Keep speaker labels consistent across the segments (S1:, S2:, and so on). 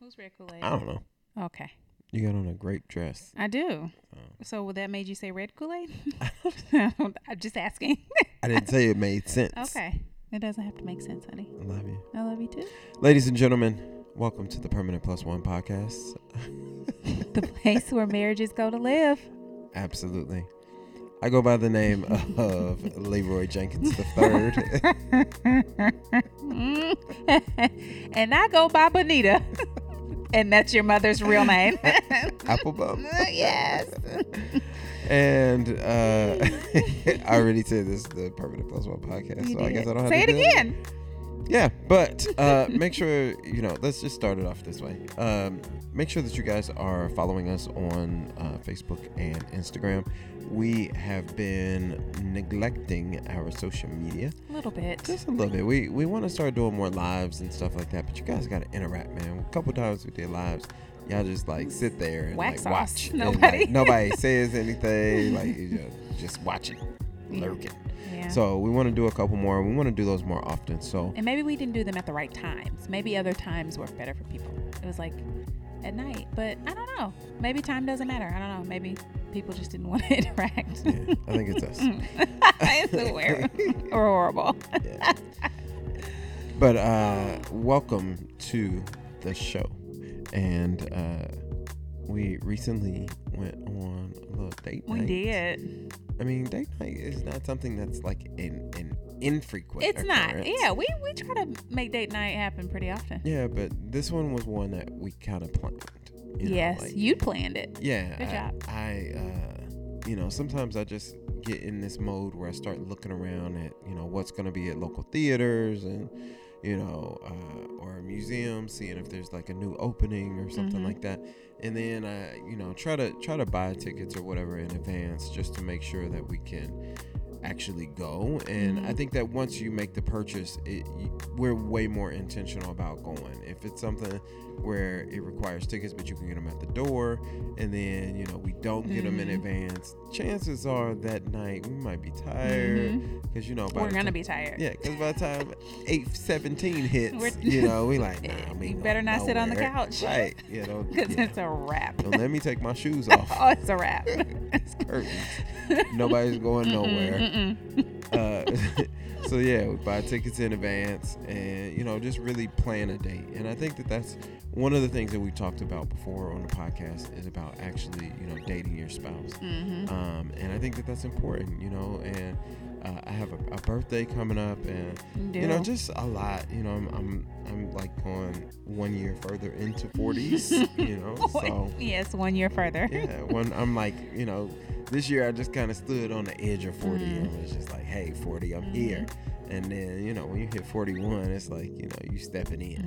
S1: Who's Red
S2: I
S1: Kool
S2: don't know.
S1: Aid? Okay,
S2: You got on a great dress.
S1: I do.
S2: Oh.
S1: So would that made you say Red Kool Aid? I'm just asking.
S2: I didn't say it made sense.
S1: okay, it doesn't have to make sense, honey.
S2: I love you.
S1: I love you too.
S2: Ladies and gentlemen, welcome to the Permanent Plus One podcast.
S1: The place where marriages go to live.
S2: Absolutely. I go by the name of Leroy Jenkins the third.
S1: Mm. and I go by Bonita, and that's your mother's real name.
S2: Applebum.
S1: yes.
S2: And uh, I already said this is the Permanent Plus One podcast,
S1: You
S2: so I
S1: did.
S2: guess I don't have
S1: Say
S2: to
S1: it
S2: do
S1: again.
S2: Yeah, but uh, make sure you know. Let's just start it off this way. Um, make sure that you guys are following us on uh, Facebook and Instagram. We have been neglecting our social media
S1: A little bit.
S2: just a little bit. We we want to start doing more lives and stuff like that. But you guys got to interact, man. A couple times we did lives. Y'all just like sit there and
S1: Wax
S2: like
S1: off.
S2: watch.
S1: Nobody.
S2: and, like, nobody says anything. Like you just, just watching, lurking.
S1: Yeah.
S2: So we want to do a couple more. We want to do those more often. So.
S1: And maybe we didn't do them at the right times. Maybe other times work better for people. It was like at night, but I don't know. Maybe time doesn't matter. I don't know. Maybe people just didn't want to interact.
S2: Yeah, I think it's us.
S1: it's aware. We're horrible.
S2: Yeah. But uh, welcome to the show. And uh, we recently went on a little date
S1: We
S2: night.
S1: did.
S2: I mean, date night is not something that's like an, an infrequent.
S1: It's not.
S2: occurrence.
S1: Yeah, we, we try to make date night happen pretty often.
S2: Yeah, but this one was one that we kind of planned. You know,
S1: yes,
S2: like-
S1: you planned it.
S2: Yeah.
S1: Good
S2: I,
S1: job.
S2: I, uh, you know, sometimes I just get in this mode where I start looking around at, you know, what's going to be at local theaters and, you know, uh, or a museum, seeing if there's like a new opening or something
S1: Mhm.
S2: like that. And then I, you know, try to try to buy tickets or whatever in advance just to make sure that we can actually go. And I
S1: Mhm.
S2: think that once you make the purchase, it, you, we're way more intentional about going. If it's something where it requires tickets, but you can get them at the door, and then you know we don't get them in
S1: Mhm.
S2: advance. Chances are that night we might be tired
S1: Mhm.
S2: because you know by
S1: We're
S2: the
S1: going to
S2: ti-
S1: be tired.
S2: yeah because by the time eight seventeen hits,
S1: We're-
S2: you know we like nah, we
S1: you
S2: ain't
S1: better
S2: going
S1: not sit on the
S2: nowhere."
S1: couch.
S2: right? You know,
S1: Because
S2: yeah.
S1: it's a wrap.
S2: Don't let me take my shoes
S1: oh,
S2: off.
S1: it's a wrap.
S2: it's curtains. Nobody's
S1: Mm-hmm,
S2: going nowhere
S1: Mm-mm, mm-mm.
S2: uh, so yeah, we buy tickets in advance, and you know, just really plan a date. And I think that that's one of the things that we've talked about before on the podcast is about actually, you know, dating your spouse.
S1: Mhm.
S2: Um, and I think that that's important, you know. And uh, I have a, a birthday coming up, and
S1: Do.
S2: you know, just a lot. You know, I'm I'm, I'm like going one year further into 40s, you know. So
S1: yes, one year further.
S2: yeah, when I'm like, you know, this year I just kind of stood on the edge of 40
S1: Mm.
S2: and was just like, hey, 40, I'm here.
S1: Mm-hmm.
S2: And then, you know, when you hit 41, it's like, you know, you stepping in,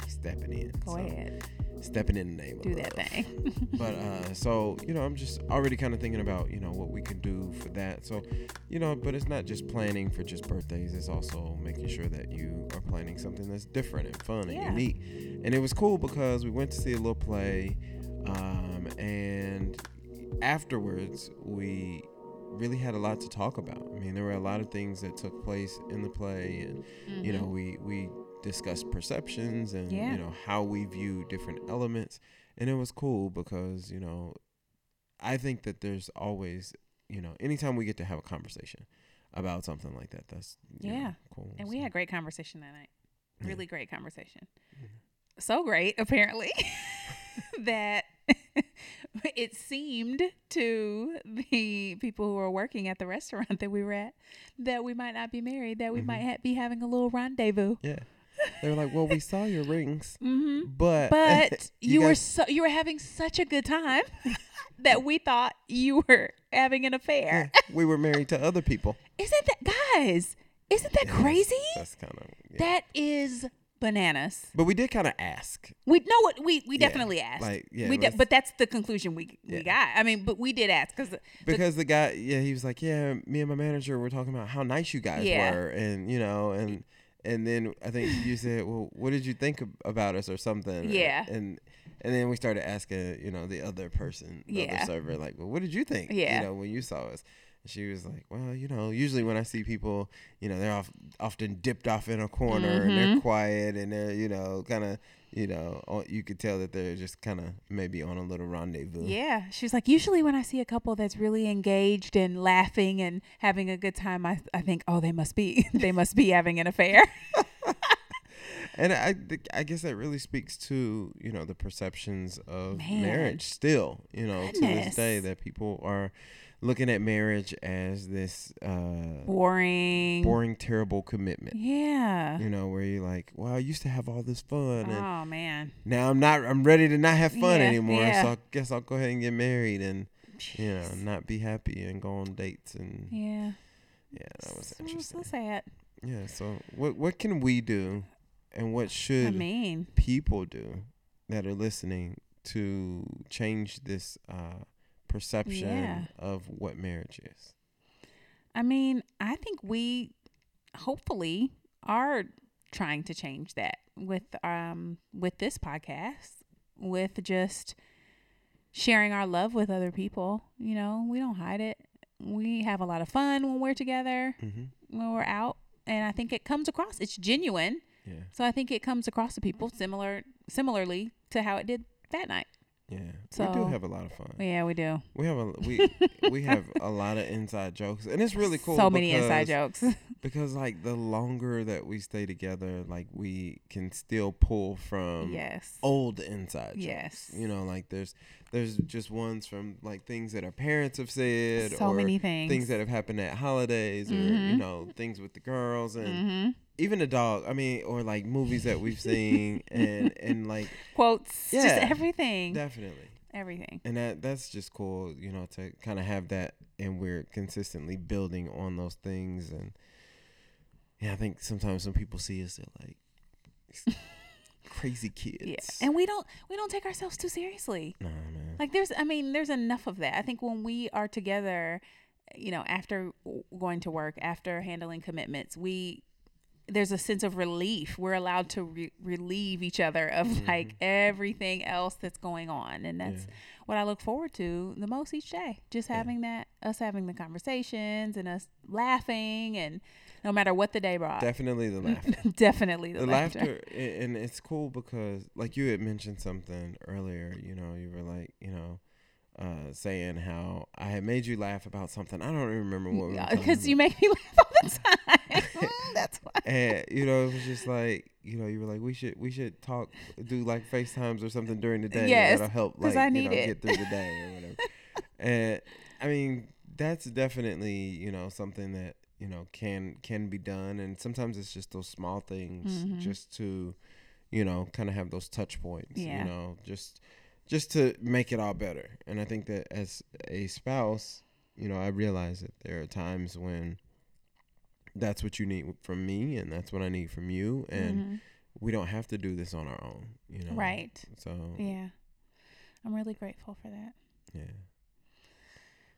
S1: Mm.
S2: stepping in.
S1: Go
S2: so,
S1: ahead,
S2: Stepping in the name of
S1: do
S2: love.
S1: that thing.
S2: But uh, so, you know, I'm just already kind of thinking about, you know, what we can do for that. So, you know, but it's not just planning for just birthdays, it's also making sure that you are planning something that's different and fun and
S1: Yeah.
S2: unique. And it was cool because we went to see a little play, um, and afterwards, we really had a lot to talk about. I mean, there were a lot of things that took place in the play, and you know we we discussed perceptions and
S1: Mm-hmm. Yeah.
S2: you know how we view different elements and it was cool because you know i think that there's always you know anytime we get to have a conversation about something like that that's you know,
S1: Yeah.
S2: cool
S1: And we
S2: So,
S1: had great conversation that night.
S2: Yeah.
S1: Really great conversation. So great, apparently, that it seemed to the people who were working at the restaurant that we were at that we might not be married, that we
S2: Mhm.
S1: might ha- be having a little rendezvous.
S2: yeah they were like well we saw your rings
S1: hmm
S2: but
S1: But you, were
S2: Mm-hmm. guys-
S1: so you were having such a good time that we thought you were having an affair.
S2: yeah, we were married to other people
S1: Isn't that guys? Isn't that
S2: Yes,
S1: crazy?
S2: that's kind of yeah.
S1: That is bananas.
S2: but we did kind of ask
S1: We know what we we
S2: Yeah,
S1: definitely asked.
S2: like, yeah,
S1: we de-
S2: let's-
S1: but that's the conclusion we
S2: Yeah.
S1: we got. I mean, but we did ask because
S2: because the guy yeah he was like yeah me and my manager were talking about how nice you guys
S1: Yeah.
S2: were and you know and and then i think you said well what did you think ab- about us or something
S1: Yeah.
S2: and and then we started asking you know the other person the
S1: Yeah.
S2: other server like well what did you think
S1: Yeah.
S2: you know when you saw us And she was like, "Well, you know, usually when I see people,
S1: Mm-hmm.
S2: you know, they're off, often dipped off in a corner and they're quiet and they're, you know, kind of you know, all- you could tell that they're just kind of maybe on a little rendezvous.
S1: Yeah. She was like, usually when I see a couple that's really engaged and laughing and having a good time, I, I think, oh, they must be they must be having an affair.
S2: And I, think- I guess that really speaks to, you know, the perceptions of
S1: Man.
S2: marriage still, you know, to
S1: Goodness.
S2: this day that people are looking at marriage as this uh,
S1: Boring.
S2: boring, terrible commitment.
S1: Yeah.
S2: You know, where you're like, well, I used to have all this fun and
S1: Oh man.
S2: now I'm not, I'm ready to not have fun
S1: Yeah,
S2: anymore.
S1: yeah.
S2: So I guess I'll go ahead and get married and, you know,
S1: Jeez.
S2: not be happy and go on dates. And yeah,
S1: Yeah.
S2: that was
S1: So-
S2: interesting.
S1: So sad.
S2: Yeah. So what what can we do, and what should
S1: I mean,
S2: people do that are listening to change this uh, perception
S1: Yeah.
S2: of what marriage is?
S1: I mean, I think we hopefully are trying to change that with um with this podcast, with just sharing our love with other people. You know, we don't hide it. We have a lot of fun when we're together,
S2: Mm-hmm.
S1: when we're out, and I think it comes across. It's genuine.
S2: Yeah.
S1: So I think it comes across to people similar similarly to how it did that night.
S2: Yeah. we do
S1: So-
S2: have a lot of fun.
S1: Yeah, we do.
S2: We have a we we have a lot of inside jokes, and it's really cool.
S1: So many inside
S2: because-
S1: jokes.
S2: because like the longer that we stay together, like we can still pull from
S1: yes.
S2: old inside jokes.
S1: Yes.
S2: you know like there's there's just ones from like things that our parents have said
S1: so
S2: or
S1: many things.
S2: things that have happened at holidays or you
S1: Mhm.
S2: know things with the girls and
S1: hmm
S2: even the dog i mean or like movies that we've seen and and like
S1: Quotes. Just
S2: Yeah.
S1: everything.
S2: definitely
S1: everything.
S2: and that that's just cool you know to kind of have that and we're consistently building on those things and yeah i think sometimes when people see us they're like "These crazy kids
S1: Yeah. And we don't we don't take ourselves too seriously.
S2: nah man
S1: Like there's I mean, there's enough of that. I think when we are together, you know, after w- going to work, after handling commitments, we there's a sense of relief. We're allowed to re- relieve each other of
S2: Mm-hmm.
S1: like everything else that's going on, and that's what I look forward to the most each day. Just having that, us having the conversations and us laughing, and no matter what the day brought,
S2: definitely the laugh
S1: definitely the,
S2: the
S1: laughter.
S2: laughter a- and it's cool because like you had mentioned something earlier you know you were like you know uh, saying how I had made you laugh about something I don't even remember what we were talking
S1: Because you
S2: about.
S1: make me laugh all the time. Mm, that's why.
S2: and you know it was just like you know you were like we should we should talk do like FaceTimes or something during the day
S1: Yes,
S2: that'll help
S1: 'cause
S2: like
S1: I
S2: you
S1: need
S2: know
S1: it.
S2: get through the day or whatever and I mean that's definitely you know something that you know can can be done and sometimes it's just those small things
S1: Mhm.
S2: just to you know kind of have those touch points
S1: Yeah.
S2: you know just just to make it all better and I think that as a spouse you know I realize that there are times when that's what you need from me and that's what I need from you and
S1: Mhm.
S2: we don't have to do this on our own you know mm-hmm.
S1: Right.
S2: so
S1: Yeah. I'm really grateful for that.
S2: yeah.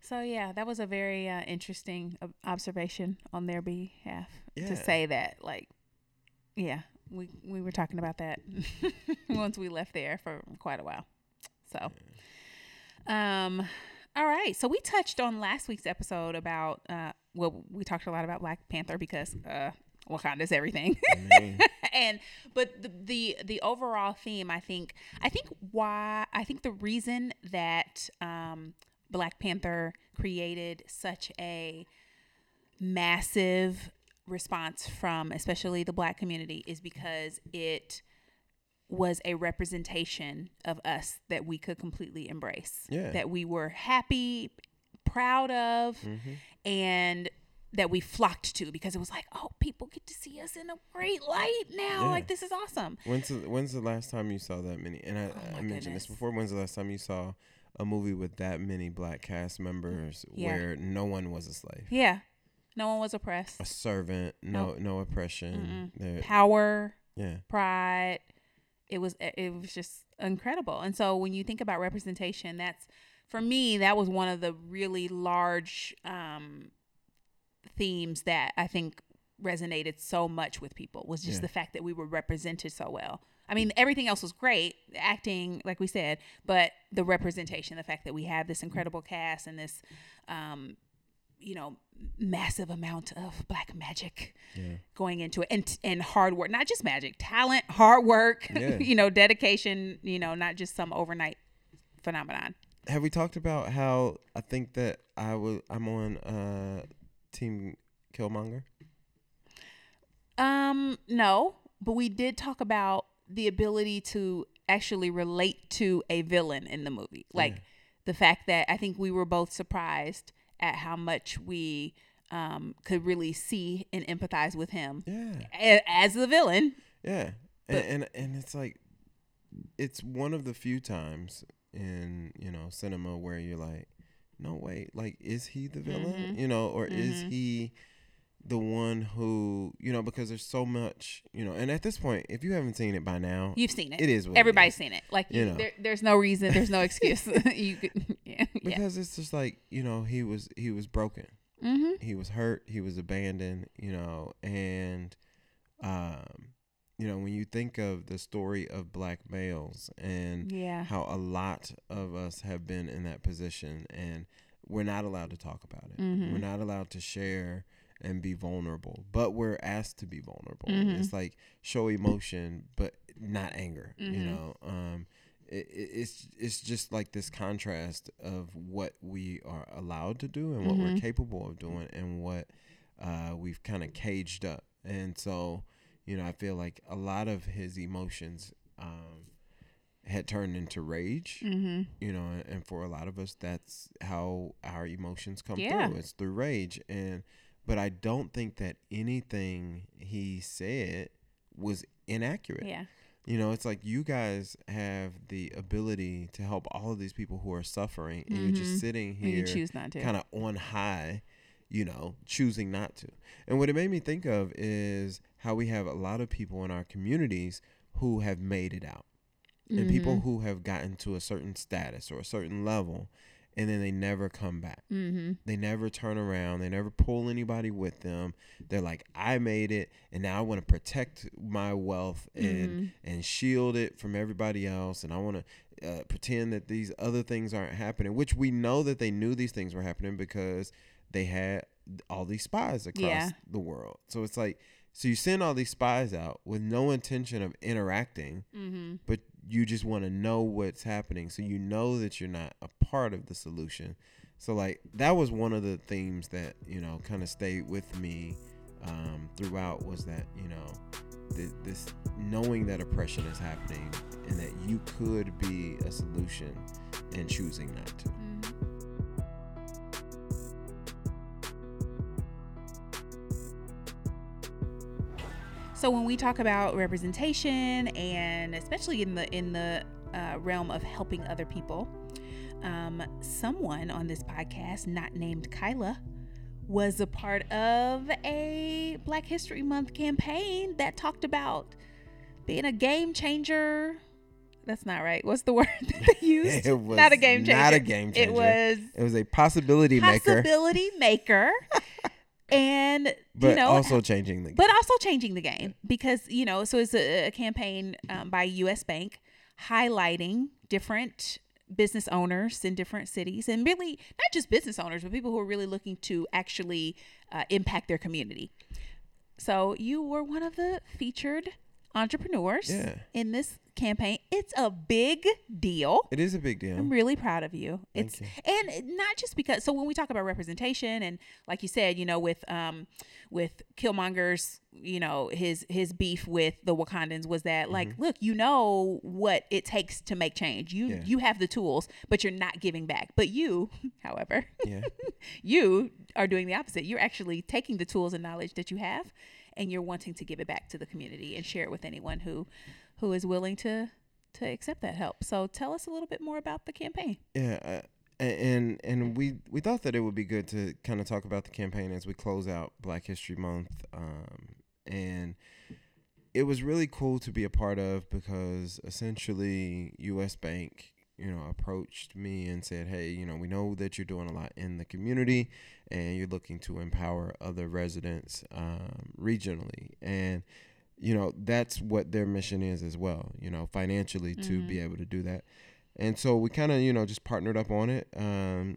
S1: So, yeah, that was a very uh, interesting ob- observation on their behalf
S2: Yeah.
S1: to say that. Like, yeah, we, we were talking about that once we left there for quite a while. So, Um, all right. So we touched on last week's episode about uh, well, we talked a lot about Black Panther because uh, Wakanda's everything,
S2: I mean,
S1: and but the, the the overall theme, I think, I think why I think the reason that um, Black Panther created such a massive response from especially the Black community is because it was a representation of us that we could completely embrace
S2: Yeah.
S1: that we were happy, proud of, and that we flocked to because it was like, oh, people get to see us in a great light now.
S2: Yeah.
S1: Like this is awesome.
S2: When's the, when's the last time you saw that many? And I,
S1: Oh my
S2: I mentioned
S1: goodness.
S2: this before. When's the last time you saw a movie with that many black cast members
S1: Mm, Yeah.
S2: where no one was a slave,
S1: Yeah, no one was oppressed.
S2: a servant, no no oppression? There,
S1: Power,
S2: yeah,
S1: pride. It was it was just incredible. And so when you think about representation, that's for me that was one of the really large um, themes that I think resonated so much with people was just
S2: Yeah.
S1: the fact that we were represented so well. I mean, everything else was great, acting, like we said, but the representation, the fact that we have this incredible cast and this um, you know massive amount of black magic
S2: Yeah.
S1: going into it and and hard work not just magic talent hard work
S2: Yeah.
S1: you know dedication you know not just some overnight phenomenon
S2: Have we talked about how I think that I was I'm on uh team Killmonger?
S1: um no but we did talk about the ability to actually relate to a villain in the movie like the fact that i think we were both surprised at how much we um, could really see and empathize with him
S2: Yeah.
S1: a- as the villain
S2: Yeah.
S1: But-
S2: And, and and it's like it's one of the few times in, you know, cinema where you're like, no wait, like is he the villain?
S1: Mhm.
S2: You know, or is
S1: Mhm.
S2: he the one who, you know, because there's so much, you know, and at this point, if you haven't seen it by now,
S1: you've seen it
S2: it is what it
S1: Everybody's
S2: is.
S1: seen it. Like
S2: You
S1: you-
S2: know.
S1: there, there's no reason, there's no excuse. you could, yeah, yeah.
S2: because it's just like, you know, he was he was broken.
S1: Mm-hmm.
S2: he was hurt he was abandoned you know and um you know when you think of the story of black males and
S1: Yeah.
S2: how a lot of us have been in that position and we're not allowed to talk about it
S1: Mhm.
S2: we're not allowed to share and be vulnerable but we're asked to be vulnerable
S1: Mhm.
S2: it's like show emotion but not anger you
S1: Mhm.
S2: know um it, it- it's it's just like this contrast of what we are allowed to do and what we're
S1: Mhm.
S2: capable of doing and what uh, we've kind of caged up and so you know i feel like a lot of his emotions um, had turned into rage
S1: Mm-hmm.
S2: you know and, and for a lot of us that's how our emotions come
S1: Yeah.
S2: through it's through rage and but i don't think that anything he said was inaccurate
S1: Yeah.
S2: you know, it's like you guys have the ability to help all of these people who are suffering, and you're just
S1: Mhm.
S2: sitting
S1: When you
S2: here
S1: choose not to.
S2: kind of on high, you know, choosing not to. And what it made me think of is how we have a lot of people in our communities who have made it out,
S1: Mm-hmm.
S2: and people who have gotten to a certain status or a certain level, and then they never come back.
S1: Mm-hmm.
S2: They never turn around. They never pull anybody with them. They're like, I made it, and now I want to protect my wealth and
S1: Mhm.
S2: and shield it from everybody else. And I want to uh, pretend that these other things aren't happening, which we know that they knew these things were happening because they had all these spies across
S1: Yeah.
S2: the world. So it's like, so you send all these spies out with no intention of interacting
S1: Mm-hmm.
S2: but you just want to know what's happening so you know that you're not a part of the solution so like that was one of the themes that you know kind of stayed with me um, throughout was that you know th- this knowing that oppression is happening and that you could be a solution and choosing not to
S1: So when we talk about representation, and especially in the in the uh, realm of helping other people, um, someone on this podcast, not named Kyla, was a part of a Black History Month campaign that talked about being a game changer. That's not right. What's the word that they used?
S2: It was
S1: not a game changer.
S2: not a game changer.
S1: It was
S2: it was a possibility maker
S1: possibility maker, and
S2: but
S1: you know,
S2: also changing the game
S1: but also changing the game because you know, so it's a, a campaign um, by U.S. Bank highlighting different business owners in different cities, and really not just business owners, but people who are really looking to actually uh, impact their community. So you were one of the featured entrepreneurs
S2: Yeah.
S1: in this campaign. It's a big deal.
S2: it is a big deal
S1: I'm really proud of you. It's
S2: Thank
S1: and not just because. So when we talk about representation, and like you said, you know, with um, with Killmonger's, you know, his his beef with the Wakandans was that like, look, you know what it takes to make change. You
S2: Mm-hmm. Yeah.
S1: you have the tools, but you're not giving back. But you, however,
S2: yeah
S1: you are doing the opposite. You're actually taking the tools and knowledge that you have, and you're wanting to give it back to the community and share it with anyone who who is willing to to accept that help. So tell us a little bit more about the campaign.
S2: Yeah, uh, a- and and we we thought that it would be good to kind of talk about the campaign as we close out Black History Month, um, and it was really cool to be a part of because essentially U.S. Bank, you know, approached me and said, "Hey, you know, we know that you're doing a lot in the community, and you're looking to empower other residents um, regionally, and you know that's what their mission is as well. You know, financially to be able to do that." and so we kind of you know just partnered up on it um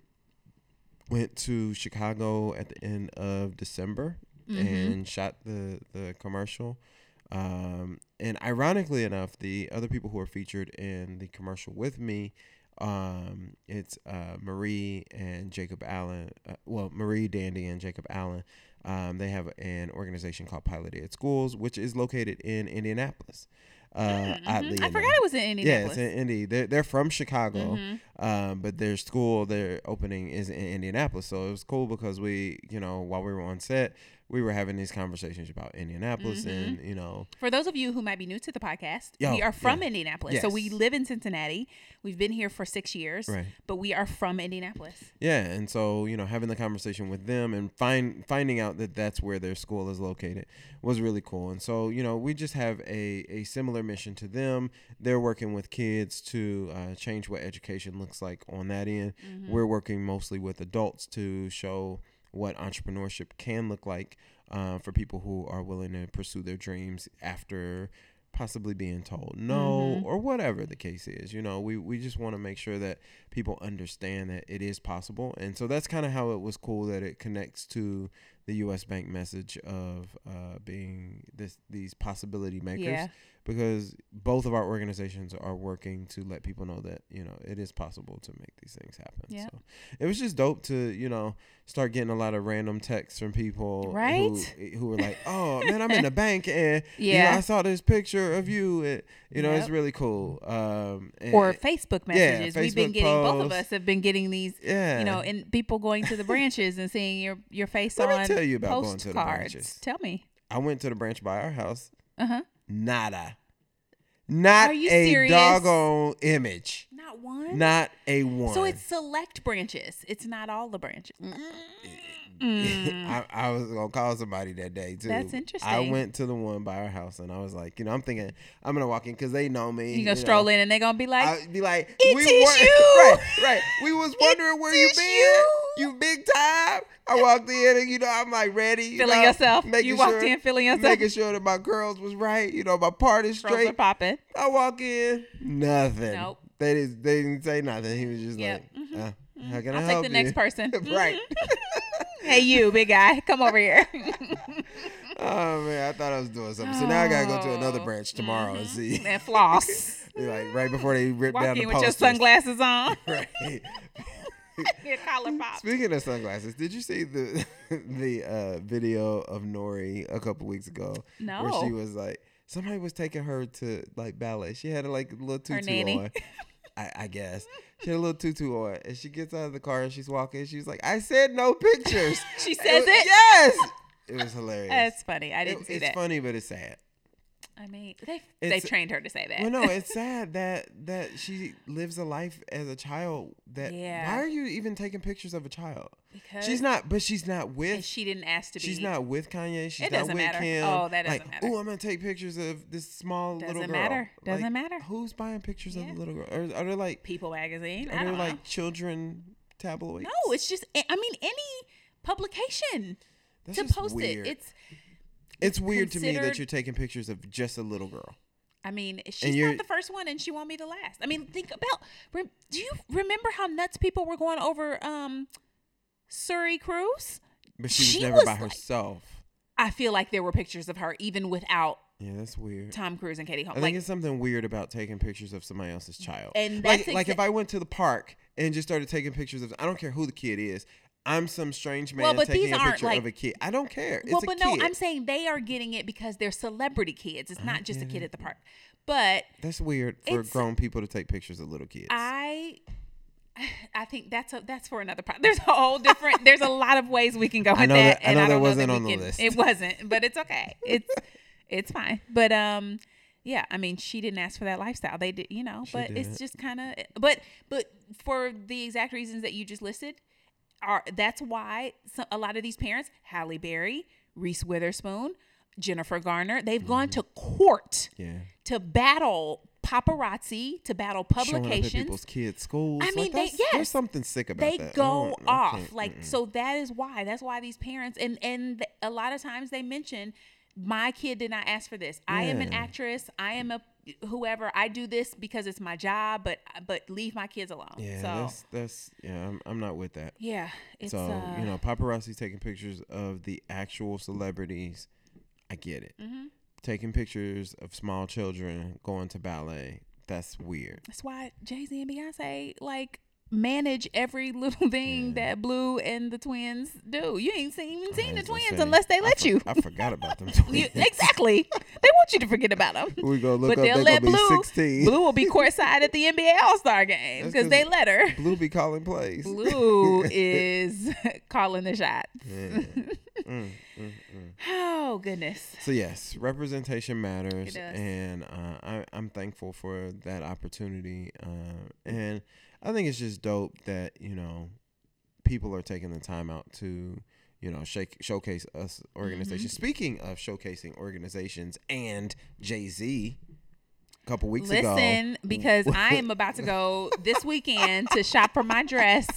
S2: went to Chicago at the end of December
S1: Mhm.
S2: and shot the the commercial. Um, and ironically enough, the other people who are featured in the commercial with me, um, it's uh, Marie and Jacob Allen. Uh, well, Marie Dandy and Jacob Allen. Um, they have an organization called Pilot Ed Schools, which is located in Indianapolis. Uh,
S1: Mhm.
S2: Oddly,
S1: I
S2: enough.
S1: forgot it was in
S2: Yeah, it's
S1: Indianapolis.
S2: in Indy. They're, they're from Chicago
S1: Mhm.
S2: um, but their school, their opening is in Indianapolis. So it was cool because we, you know, while we were on set, we were having these conversations about Indianapolis and, you know,
S1: For those of you who might be new to the podcast,
S2: Yeah,
S1: we are from
S2: yeah.
S1: Indianapolis. So we
S2: Yes.
S1: live in Cincinnati. We've been here for six years,
S2: right.
S1: but we are from Indianapolis.
S2: Yeah. And so, you know, having the conversation with them and find, finding out that that's where their school is located was really cool. And so, you know, we just have a, a similar mission to them. They're working with kids to uh, change what education looks like on that end.
S1: Mm-hmm.
S2: We're working mostly with adults to show what entrepreneurship can look like uh, for people who are willing to pursue their dreams after possibly being told no or whatever the case is. You know, we, we just want to make sure that people understand that it is possible. And so that's kind of how it was cool that it connects to the U.S. Bank message of uh, being this these possibility makers
S1: Yeah.
S2: because both of our organizations are working to let people know that you know it is possible to make these things happen.
S1: Yeah.
S2: So it was just dope to you know start getting a lot of random texts from people who-
S1: Right?
S2: who, were like, "Oh man, I'm in the bank and you know,
S1: Yeah.
S2: I saw this picture of you. And, you know, it's
S1: Yep.
S2: really cool." Um, and-
S1: Or Facebook messages. We've been
S2: Facebook
S1: getting both of
S2: posts.
S1: us have been getting these
S2: yeah,
S1: you know, and people going to the branches and seeing your your face
S2: Let me
S1: on
S2: tell you about going
S1: postcards.
S2: to the branches.
S1: Tell me.
S2: I went to the branch by our house.
S1: Uh-huh.
S2: Nada. Not
S1: Are you
S2: a
S1: serious?
S2: doggone image.
S1: Not one.
S2: Not a one.
S1: So it's select branches. It's not all the branches. Mm.
S2: I, I was gonna call somebody that day too.
S1: That's
S2: I
S1: interesting.
S2: went to the one by our house and I was like, you know, I'm thinking I'm gonna walk in because they know me.
S1: You gonna stroll in and they're gonna be like,
S2: I'd be like,
S1: It
S2: we
S1: is
S2: were
S1: you.
S2: right, right. We was wondering where you
S1: is
S2: been,
S1: you.
S2: you. big time. I walked in and you know I'm like ready, you
S1: feeling
S2: know,
S1: yourself.
S2: making
S1: You walked
S2: sure-
S1: in feeling yourself.
S2: making sure that my curls was right. You know, my part is
S1: Strokes are
S2: straight.
S1: popping.
S2: I walk in, nothing.
S1: Nope.
S2: They didn't. They didn't say nothing. He was just
S1: Yep. Mm-hmm.
S2: like, uh, how can
S1: I'll
S2: I
S1: take
S2: help
S1: the
S2: you?
S1: next Mm-hmm. person.
S2: right.
S1: Hey, you, big guy, come over here.
S2: Oh man, I thought I was doing something. So now I gotta go to another
S1: Oh,
S2: branch tomorrow and see.
S1: and floss.
S2: like right before they rip
S1: Walk
S2: down the
S1: in Mm-hmm. with your
S2: posters.
S1: sunglasses on.
S2: Right.
S1: your collar pop.
S2: Speaking of sunglasses, did you see the the uh, video of Nori a couple weeks ago? Where she
S1: No.
S2: was like, somebody was taking her to like ballet. She had like a little tutu
S1: nanny.
S2: on. I, I guess she had a little tutu on, and she gets out of the car and she's walking. She's like, "I said no pictures."
S1: She says
S2: was-
S1: it?
S2: Yes. It was hilarious.
S1: That's funny. I didn't
S2: It-
S1: see
S2: it's
S1: that.
S2: funny, but it's sad.
S1: I mean, they they
S2: It's-
S1: trained her to say that.
S2: Well, no, it's sad that that she lives a life as a child. That
S1: Yeah.
S2: why are you even taking pictures of a child?
S1: because
S2: She's not, but she's not
S1: and
S2: with.
S1: she didn't ask to be.
S2: She's not with Kanye. She's
S1: It
S2: not
S1: doesn't
S2: with
S1: matter.
S2: Kim.
S1: Oh, that doesn't
S2: like,
S1: matter.
S2: Oh, I'm gonna take pictures of this small little
S1: Doesn't
S2: girl.
S1: matter. Doesn't
S2: Like,
S1: matter.
S2: Who's buying pictures
S1: Yeah.
S2: of the little girl? Or are there like
S1: People magazine. I
S2: are there
S1: don't
S2: like children tabloids?
S1: know. No, it's just. I mean, any publication
S2: That's
S1: to
S2: just
S1: post
S2: weird.
S1: it. It's.
S2: it's weird to me that
S1: considered-
S2: you're taking pictures of just a little girl.
S1: I mean, she's
S2: you're-
S1: not the first one, and she won't be the last. I mean, think about. Re, do you remember how nuts people were going over um, Surrey Cruise?
S2: But she was
S1: She
S2: never
S1: was
S2: by
S1: like-
S2: herself.
S1: I feel like there were pictures of her even without
S2: Yeah, that's weird.
S1: Tom Cruise and Katie
S2: I
S1: Holmes.
S2: think
S1: Like,
S2: it's something weird about taking pictures of somebody else's child.
S1: And
S2: like,
S1: that's
S2: like
S1: exa-
S2: if I went to the park and just started taking pictures of, I don't care who the kid is. I'm some strange man
S1: Well, but
S2: taking
S1: these
S2: a
S1: aren't,
S2: picture
S1: like-
S2: of a kid. I don't care.
S1: well,
S2: it's a
S1: but no,
S2: kid.
S1: I'm saying they are getting it because they're celebrity kids. It's not just a kid at the park. But
S2: That's weird for
S1: It's-
S2: grown people to take pictures of little kids.
S1: I I think that's a, that's for another part. There's a whole different. there's a lot of ways we can go with
S2: know
S1: that,
S2: that- I
S1: and
S2: know
S1: I
S2: that
S1: don't
S2: wasn't
S1: know
S2: on
S1: we
S2: the
S1: can-
S2: list.
S1: It wasn't, but it's okay. It's it's fine. But um, yeah. I mean, she didn't ask for that lifestyle. They did, you know. but it's
S2: did.
S1: just kind of. But but for the exact reasons that you just listed, are that's why some, a lot of these parents, Halle Berry, Reese Witherspoon, Jennifer Garner, they've gone
S2: Mm-hmm.
S1: to court
S2: yeah,
S1: to battle paparazzi, to battle
S2: showing up at
S1: publications
S2: people's kids' schools.
S1: I
S2: Like,
S1: mean, they-
S2: that's-
S1: yes.
S2: there's something sick about
S1: they
S2: that. I
S1: go
S2: don't- I
S1: off
S2: can't- mm.
S1: like so that is why that's why these parents and and th- a lot of times they mention my kid did not ask for this. I am an
S2: Yeah.
S1: actress. I am a whoever. I do this because it's my job, but but leave my kids alone.
S2: Yeah,
S1: so
S2: that's that's yeah. I'm I'm not with that.
S1: yeah, it's
S2: so
S1: uh,
S2: you know, paparazzi taking pictures of the actual celebrities. I get it.
S1: mhm.
S2: Taking pictures of small children going to ballet. That's weird.
S1: That's why Jay Z and Beyonce like manage every little thing
S2: Yeah.
S1: that Blue and the twins do. You ain't seen, even seen the
S2: As I
S1: twins
S2: say,
S1: unless they
S2: I
S1: let
S2: for-
S1: you.
S2: I forgot about them.
S1: you.
S2: twins.
S1: Exactly. they want you to forget about them.
S2: we go look
S1: but
S2: up.
S1: they'll
S2: They
S1: let
S2: gonna be
S1: Blue.
S2: sixteen.
S1: Blue will be courtside at the NBA All Star game
S2: That's
S1: because
S2: 'cause
S1: they let her.
S2: Blue be calling plays.
S1: Blue is calling the shot.
S2: Yeah. Mm, mm, mm.
S1: Oh goodness.
S2: So yes, representation matters,
S1: It does.
S2: and uh, I, I'm thankful for that opportunity. Uh, and I think it's just dope that you know people are taking the time out to you know shake, showcase us
S1: Mm-hmm.
S2: organizations. Speaking of showcasing organizations and Jay Z, a couple weeks ago.
S1: Listen, because I am about to go this weekend to shop for my dress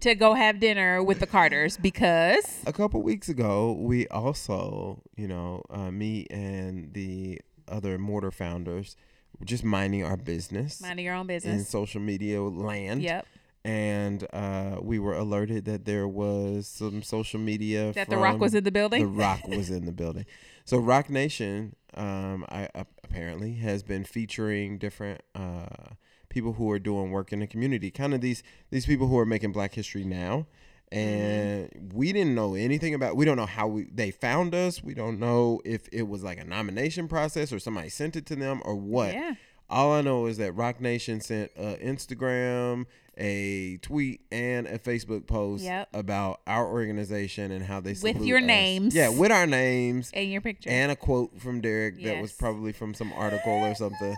S1: to go have dinner with the Carters because
S2: a couple weeks ago, we also, you know, uh, me and the other mortar founders, were just minding our business
S1: minding your own
S2: in
S1: business.
S2: social media land.
S1: Yep.
S2: And uh, we were alerted that there was some social media
S1: That the rock
S2: from-
S1: was in the building.
S2: The Rock was in the building. So Rock Nation, um, I ap- apparently has been featuring different uh, people who are doing work in the community. Kind of these these people who are making Black History now,
S1: Mm-hmm.
S2: and we didn't know anything about. We don't know how we they found us. We don't know if it was like a nomination process or somebody sent it to them or what.
S1: Yeah.
S2: All I know is that Rock Nation sent a Instagram, a tweet, and a Facebook post
S1: Yep.
S2: about our organization and how they
S1: With
S2: salute
S1: your
S2: us.
S1: names.
S2: Yeah, with our names
S1: in your picture.
S2: and a quote from Derek that was
S1: Yes.
S2: probably from some article or something.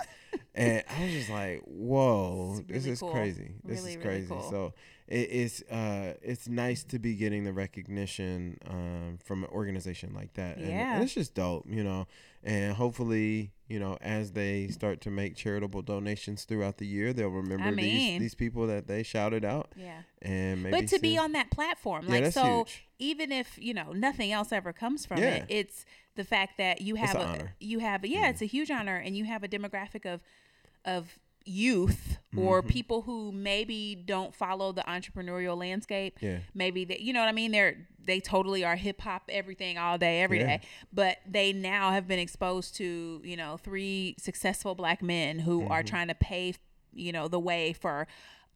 S2: And I was just like, "Whoa,
S1: It's
S2: this
S1: really
S2: is
S1: cool.
S2: crazy! This
S1: Really,
S2: is
S1: really
S2: crazy!"
S1: cool.
S2: So it, it's uh, it's nice to be getting the recognition um, from an organization like that, and,
S1: Yeah.
S2: and it's just dope, you know. And hopefully, you know, as they start to make charitable donations throughout the year, they'll remember
S1: mean-
S2: these these people that they shouted out,
S1: yeah.
S2: and maybe
S1: But to be
S2: send-
S1: on that platform,
S2: Yeah,
S1: like
S2: that's
S1: so,
S2: huge.
S1: even if you know nothing else ever comes from it,
S2: Yeah.
S1: it's the fact that you have
S2: an
S1: a
S2: honor. Mm-hmm.
S1: you have yeah, it's a huge honor, and you have a demographic of of youth or
S2: Mm-hmm.
S1: people who maybe don't follow the entrepreneurial landscape.
S2: Yeah.
S1: Maybe they, you know what I mean. They're they totally are hip hop everything all day every day,
S2: Yeah.
S1: but they now have been exposed to you know three successful black men who are
S2: Mm-hmm.
S1: trying to pave you know the way for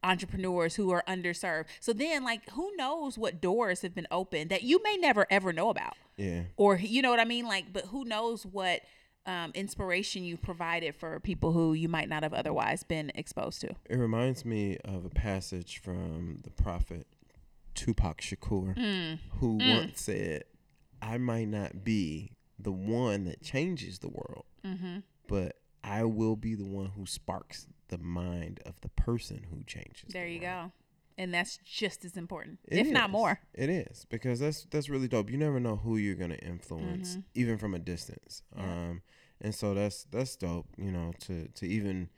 S1: entrepreneurs who are underserved. So then like who knows what doors have been opened that you may never ever know about
S2: yeah.
S1: or you know what I mean? Like, but who knows what um, inspiration you provided for people who you might not have otherwise been exposed to?
S2: It reminds me of a passage from the prophet Tupac Shakur,
S1: Hmm.
S2: who once said, I might not be the one that changes the world,
S1: Mm-hmm.
S2: but I will be the one who sparks the mind of the person who changes. the
S1: There you
S2: world."
S1: go. And that's just as important,
S2: It
S1: if not
S2: is.
S1: more.
S2: It is because that's that's really dope. You never know who you're gonna influence,
S1: Mm-hmm.
S2: even from a distance. Um, and so that's that's dope. You know, to to even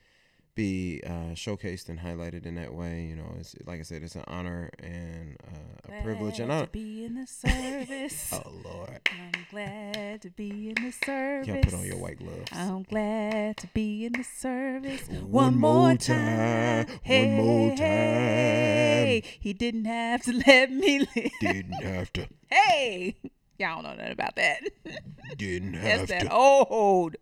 S2: be uh, showcased and highlighted in that way. You know, it's like I said, it's an honor and uh, a privilege. And
S1: Glad
S2: I,
S1: to be in the service.
S2: oh Lord,
S1: I'm glad to be in the service.
S2: y'all put on your white gloves.
S1: I'm glad to be in the service one,
S2: more
S1: more time.
S2: time, one more time.
S1: Hey, he didn't have to let me live.
S2: Didn't have to.
S1: Hey, y'all don't know nothing about that.
S2: Didn't
S1: That's
S2: have
S1: that
S2: to.
S1: old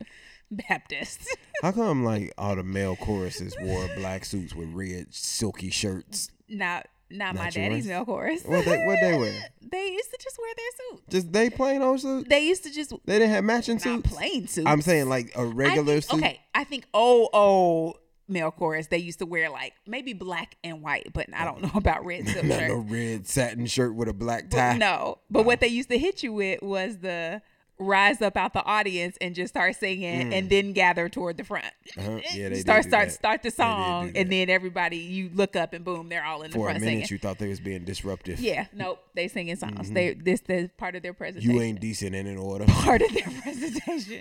S1: Baptist.
S2: How come like all the male choruses wore black suits with red silky shirts?
S1: not not, my
S2: Not
S1: daddy's
S2: yours?
S1: male chorus.
S2: What they what they wear?
S1: They used to just wear their suit.
S2: Just they plain old suits.
S1: They used to just
S2: They didn't have matching
S1: not
S2: suits.
S1: plain suits.
S2: I'm saying like a
S1: I
S2: regular
S1: think-
S2: suit.
S1: Okay, I think oh oh male chorus. They used to wear like maybe black and white, but I don't know about red silk
S2: Not no
S1: shirt.
S2: red satin shirt with a black tie.
S1: But no, but what they used to hit you with was the rise up out the audience and just start singing and then gather toward the front.
S2: Mm. Uh-huh. Yeah, they
S1: Eh, start
S2: did do
S1: start
S2: that.
S1: start the
S2: do
S1: song
S2: that.
S1: and then everybody you look up and boom they're all in the
S2: For a
S1: front
S2: minute,
S1: singing.
S2: you thought they was being disruptive.
S1: Yeah, nope. They singing songs. They this the part of their presentation.
S2: You ain't decent and in order.
S1: part of their presentation.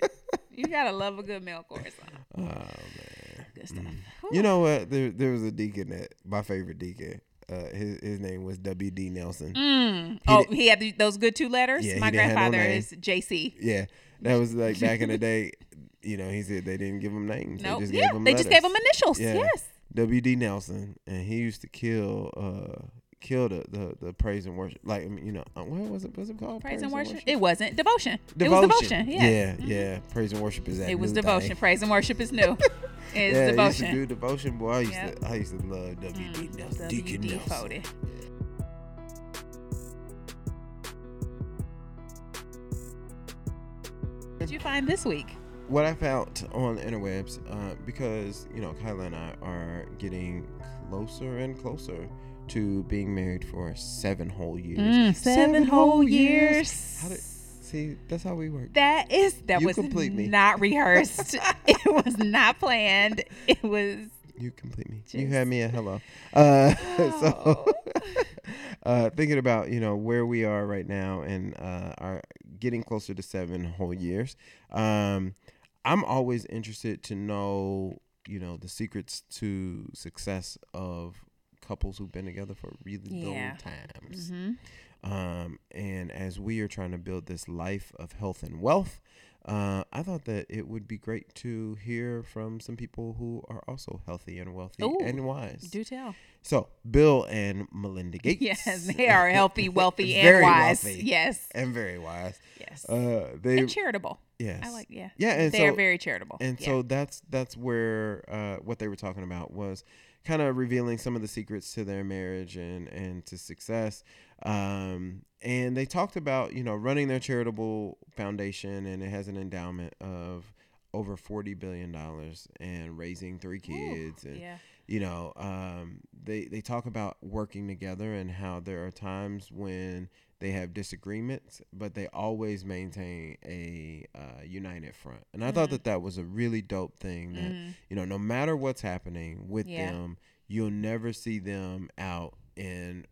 S1: you gotta love a good male chorus song.
S2: Oh man.
S1: Good stuff.
S2: Mm. You know what? There, there was a deacon that my favorite deacon. uh, his, his name was W.D. Nelson.
S1: Mm.
S2: He
S1: Oh,
S2: did-
S1: he had th- those good two letters.
S2: Yeah, he
S1: My
S2: didn't have no
S1: grandfather
S2: name.
S1: is JC.
S2: Yeah, that was like back in the day. You know, he said they didn't give him names.
S1: No,
S2: they just
S1: yeah,
S2: gave him
S1: they just gave him
S2: letters.
S1: initials.
S2: Yeah.
S1: Yes.
S2: W.D. Nelson, and he used to kill uh kill the the, the praise and worship. Like I mean, you know, uh, what was it? Was it called
S1: Praise, and worship. It wasn't devotion. It was devotion. Yeah. Mm-hmm.
S2: yeah, yeah. Praise and worship is that.
S1: It was
S2: new thing.
S1: devotion. Praise and worship is new. It's
S2: yeah, I used to
S1: devotion.
S2: do devotion, boy. I used
S1: Yep.
S2: to, I used to love W.D.
S1: Mm,
S2: Nelson, Deacon
S1: WD
S2: Nelson.
S1: 40. Did you find this week?
S2: what I found on interwebs, uh, because you know Kyla and I are getting closer and closer to being married for seven whole years.
S1: Mm, seven whole
S2: How did,
S1: years.
S2: see, that's how we work.
S1: That is that
S2: You
S1: was
S2: complete me.
S1: not rehearsed. it was not planned. It was
S2: You complete me. You
S1: Just-
S2: had me at hello. Uh, so,
S1: Oh.
S2: uh, thinking about you know where we are right now and uh, are getting closer to seven whole years. Um, I'm always interested to know you know the secrets to success of couples who've been together for really
S1: Yeah. Mm-hmm.
S2: long times. Um, and as we are trying to build this life of health and wealth, uh, I thought that it would be great to hear from some people who are also healthy and wealthy
S1: Ooh,
S2: and wise.
S1: do tell.
S2: so, Bill and Melinda Gates.
S1: Yes, they are healthy, wealthy, and
S2: Very
S1: wise.
S2: wealthy.
S1: Yes,
S2: And very wise.
S1: yes,
S2: Uh, they,
S1: and charitable.
S2: yes.
S1: I like. Yeah,
S2: yeah, and
S1: they
S2: so,
S1: are very charitable.
S2: and
S1: yeah.
S2: so that's that's where uh, what they were talking about was kind of revealing some of the secrets to their marriage and and to success um, and they talked about you know running their charitable foundation and it has an endowment of over 40 billion dollars and raising three kids and
S1: yeah,
S2: you know um, they they talk about working together and how there are times when they have disagreements but they always maintain a uh, united front and i thought
S1: Mhm.
S2: that that was a really dope thing that
S1: Mm.
S2: you know no matter what's happening with
S1: Yeah.
S2: them you'll never see them out and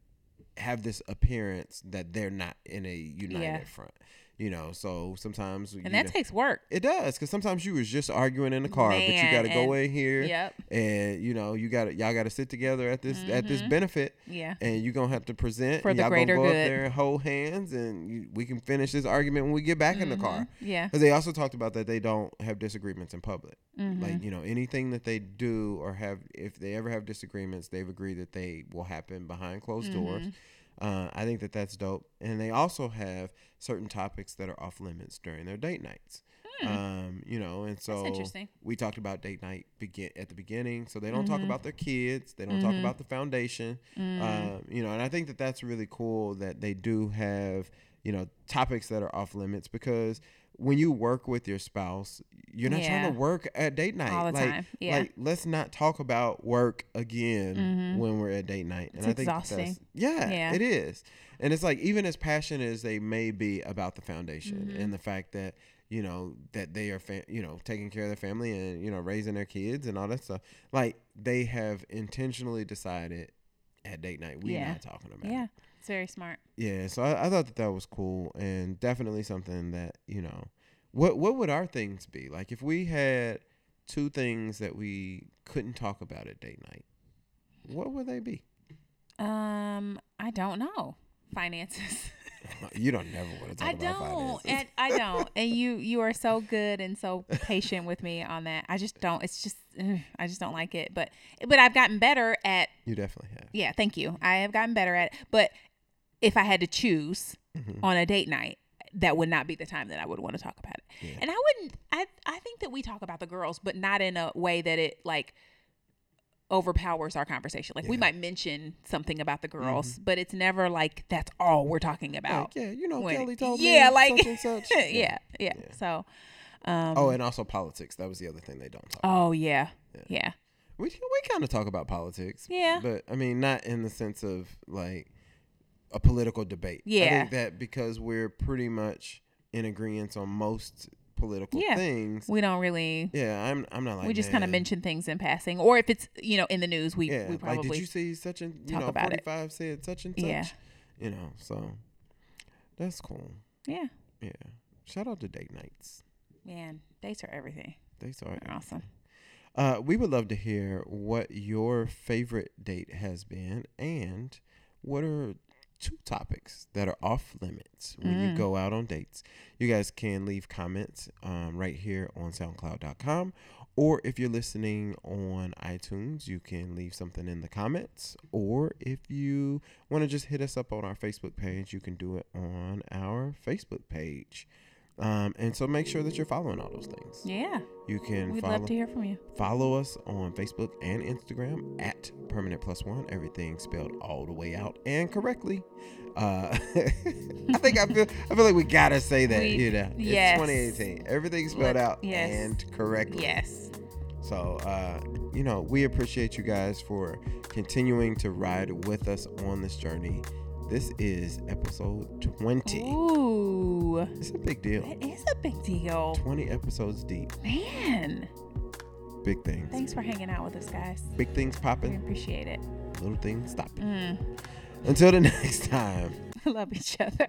S2: have this appearance that they're not in a united front you know so sometimes you
S1: and that
S2: know-
S1: takes work.
S2: it does because sometimes you was just arguing in the car but you
S1: Man,
S2: got to go
S1: and-
S2: in here
S1: Yep.
S2: and you know you got to y'all got to sit together at this at this
S1: Mhm.
S2: benefit
S1: Yeah.
S2: and you're gonna have to present
S1: For
S2: and
S1: the
S2: y'all
S1: greater
S2: gonna go up
S1: good.
S2: there and hold hands and you, we can finish this argument when we get back in the car
S1: Mhm. Yeah.
S2: because they also talked about that they don't have disagreements in public
S1: Mhm.
S2: like you know anything that they do or have if they ever have disagreements they've agreed that they will happen behind closed doors
S1: Mhm.
S2: uh, i think that that's dope and they also have certain topics that are off limits during their date nights um you know and so
S1: Hmm. That's interesting.
S2: we talked about date night begin at the beginning so they don't talk
S1: Mhm.
S2: about their kids they don't talk
S1: Mhm.
S2: about the foundation
S1: Mm.
S2: um, you know and i think that that's really cool that they do have you know topics that are off limits because when you work with your spouse you're not
S1: Yeah.
S2: trying to work at date night
S1: All the
S2: like,
S1: time. Yeah.
S2: like let's not talk about work again
S1: Mhm.
S2: when we're at date night
S1: It's
S2: and i think that that's
S1: exhausting.
S2: yeah,
S1: Yeah.
S2: it is and it's like even as passionate as they may be about the foundation
S1: Mhm.
S2: and the fact that you know that they are fa- you know taking care of their family and you know raising their kids and all that stuff like they have intentionally decided at date night we're
S1: Yeah.
S2: not talking about
S1: yeah.
S2: it.
S1: It's very smart.
S2: yeah so I, I thought that that was cool and definitely something that you know what what would our things be like if we had two things that we couldn't talk about at date night what would they be
S1: Um, I don't know finances.
S2: you don't never want to talk
S1: I
S2: about
S1: don't,
S2: finances.
S1: and I don't, and you you are so good and so patient with me on that. I just don't. It's just ugh, I just don't like it. But but I've gotten better at
S2: you definitely have
S1: yeah. Thank you. I have gotten better at. It. But if I had to choose
S2: Mhm.
S1: on a date night, that would not be the time that I would want to talk about it.
S2: Yeah.
S1: And I wouldn't. I I think that we talk about the girls, but not in a way that it like overpowers our conversation. Like we
S2: Yeah. Mm-hmm.
S1: might mention something about the girls, but it's never like that's all we're talking about.
S2: Like, yeah you know
S1: when-
S2: kelly told me
S1: yeah, like-
S2: such and such
S1: yeah, yeah, So, um,
S2: oh and also politics that was the other thing they don't talk
S1: oh yeah, yeah,
S2: We we kind of talk about politics.
S1: Yeah.
S2: But I mean, not in the sense of like a political debate. I
S1: Yeah.
S2: think that because we're pretty much in agreement on most political
S1: Yeah.
S2: things.
S1: we don't really.
S2: Yeah, I'm. I'm not like
S1: we just kind of
S2: "Man,
S1: mention things in passing, or if it's you know in the news, we
S2: Yeah.
S1: we
S2: like,
S1: probably
S2: did you see such and you
S1: talk
S2: know
S1: about it.
S2: 45 said such and such?
S1: Yeah.
S2: You know, so that's cool.
S1: yeah.
S2: Yeah. Shout out to date nights.
S1: Man, dates are everything.
S2: They saw it.
S1: They're awesome.
S2: Uh, we would love to hear what your favorite date has been and what are two topics that are off limits when you
S1: Mm.
S2: go out on dates. You guys can leave comments um, right here on SoundCloud.com. Or if you're listening on iTunes, you can leave something in the comments. Or if you want to just hit us up on our Facebook page, you can do it on our Facebook page. Um, and so make sure that you're following all those things.
S1: Yeah.
S2: You can
S1: We'd
S2: follow
S1: love to hear from you.
S2: Follow us on Facebook and Instagram at Permanent Plus One. Everything spelled all the way out and correctly. Uh, I think I feel I feel like we gotta say that.
S1: We-
S2: you know,
S1: yes.
S2: it's 2018. Everything
S1: Let-
S2: spelled out
S1: yes.
S2: and correctly.
S1: Yes.
S2: So, uh, you know, we appreciate you guys for continuing to ride with us on this journey. This is episode 20.
S1: Ooh.
S2: It's a big deal.
S1: That is a big deal.
S2: 20 episodes deep.
S1: Man.
S2: Big things.
S1: Thanks for hanging out with us, guys.
S2: Big things
S1: We
S2: popping,
S1: appreciate it.
S2: little things stopping.
S1: Mm.
S2: Until the next time.
S1: Love each other.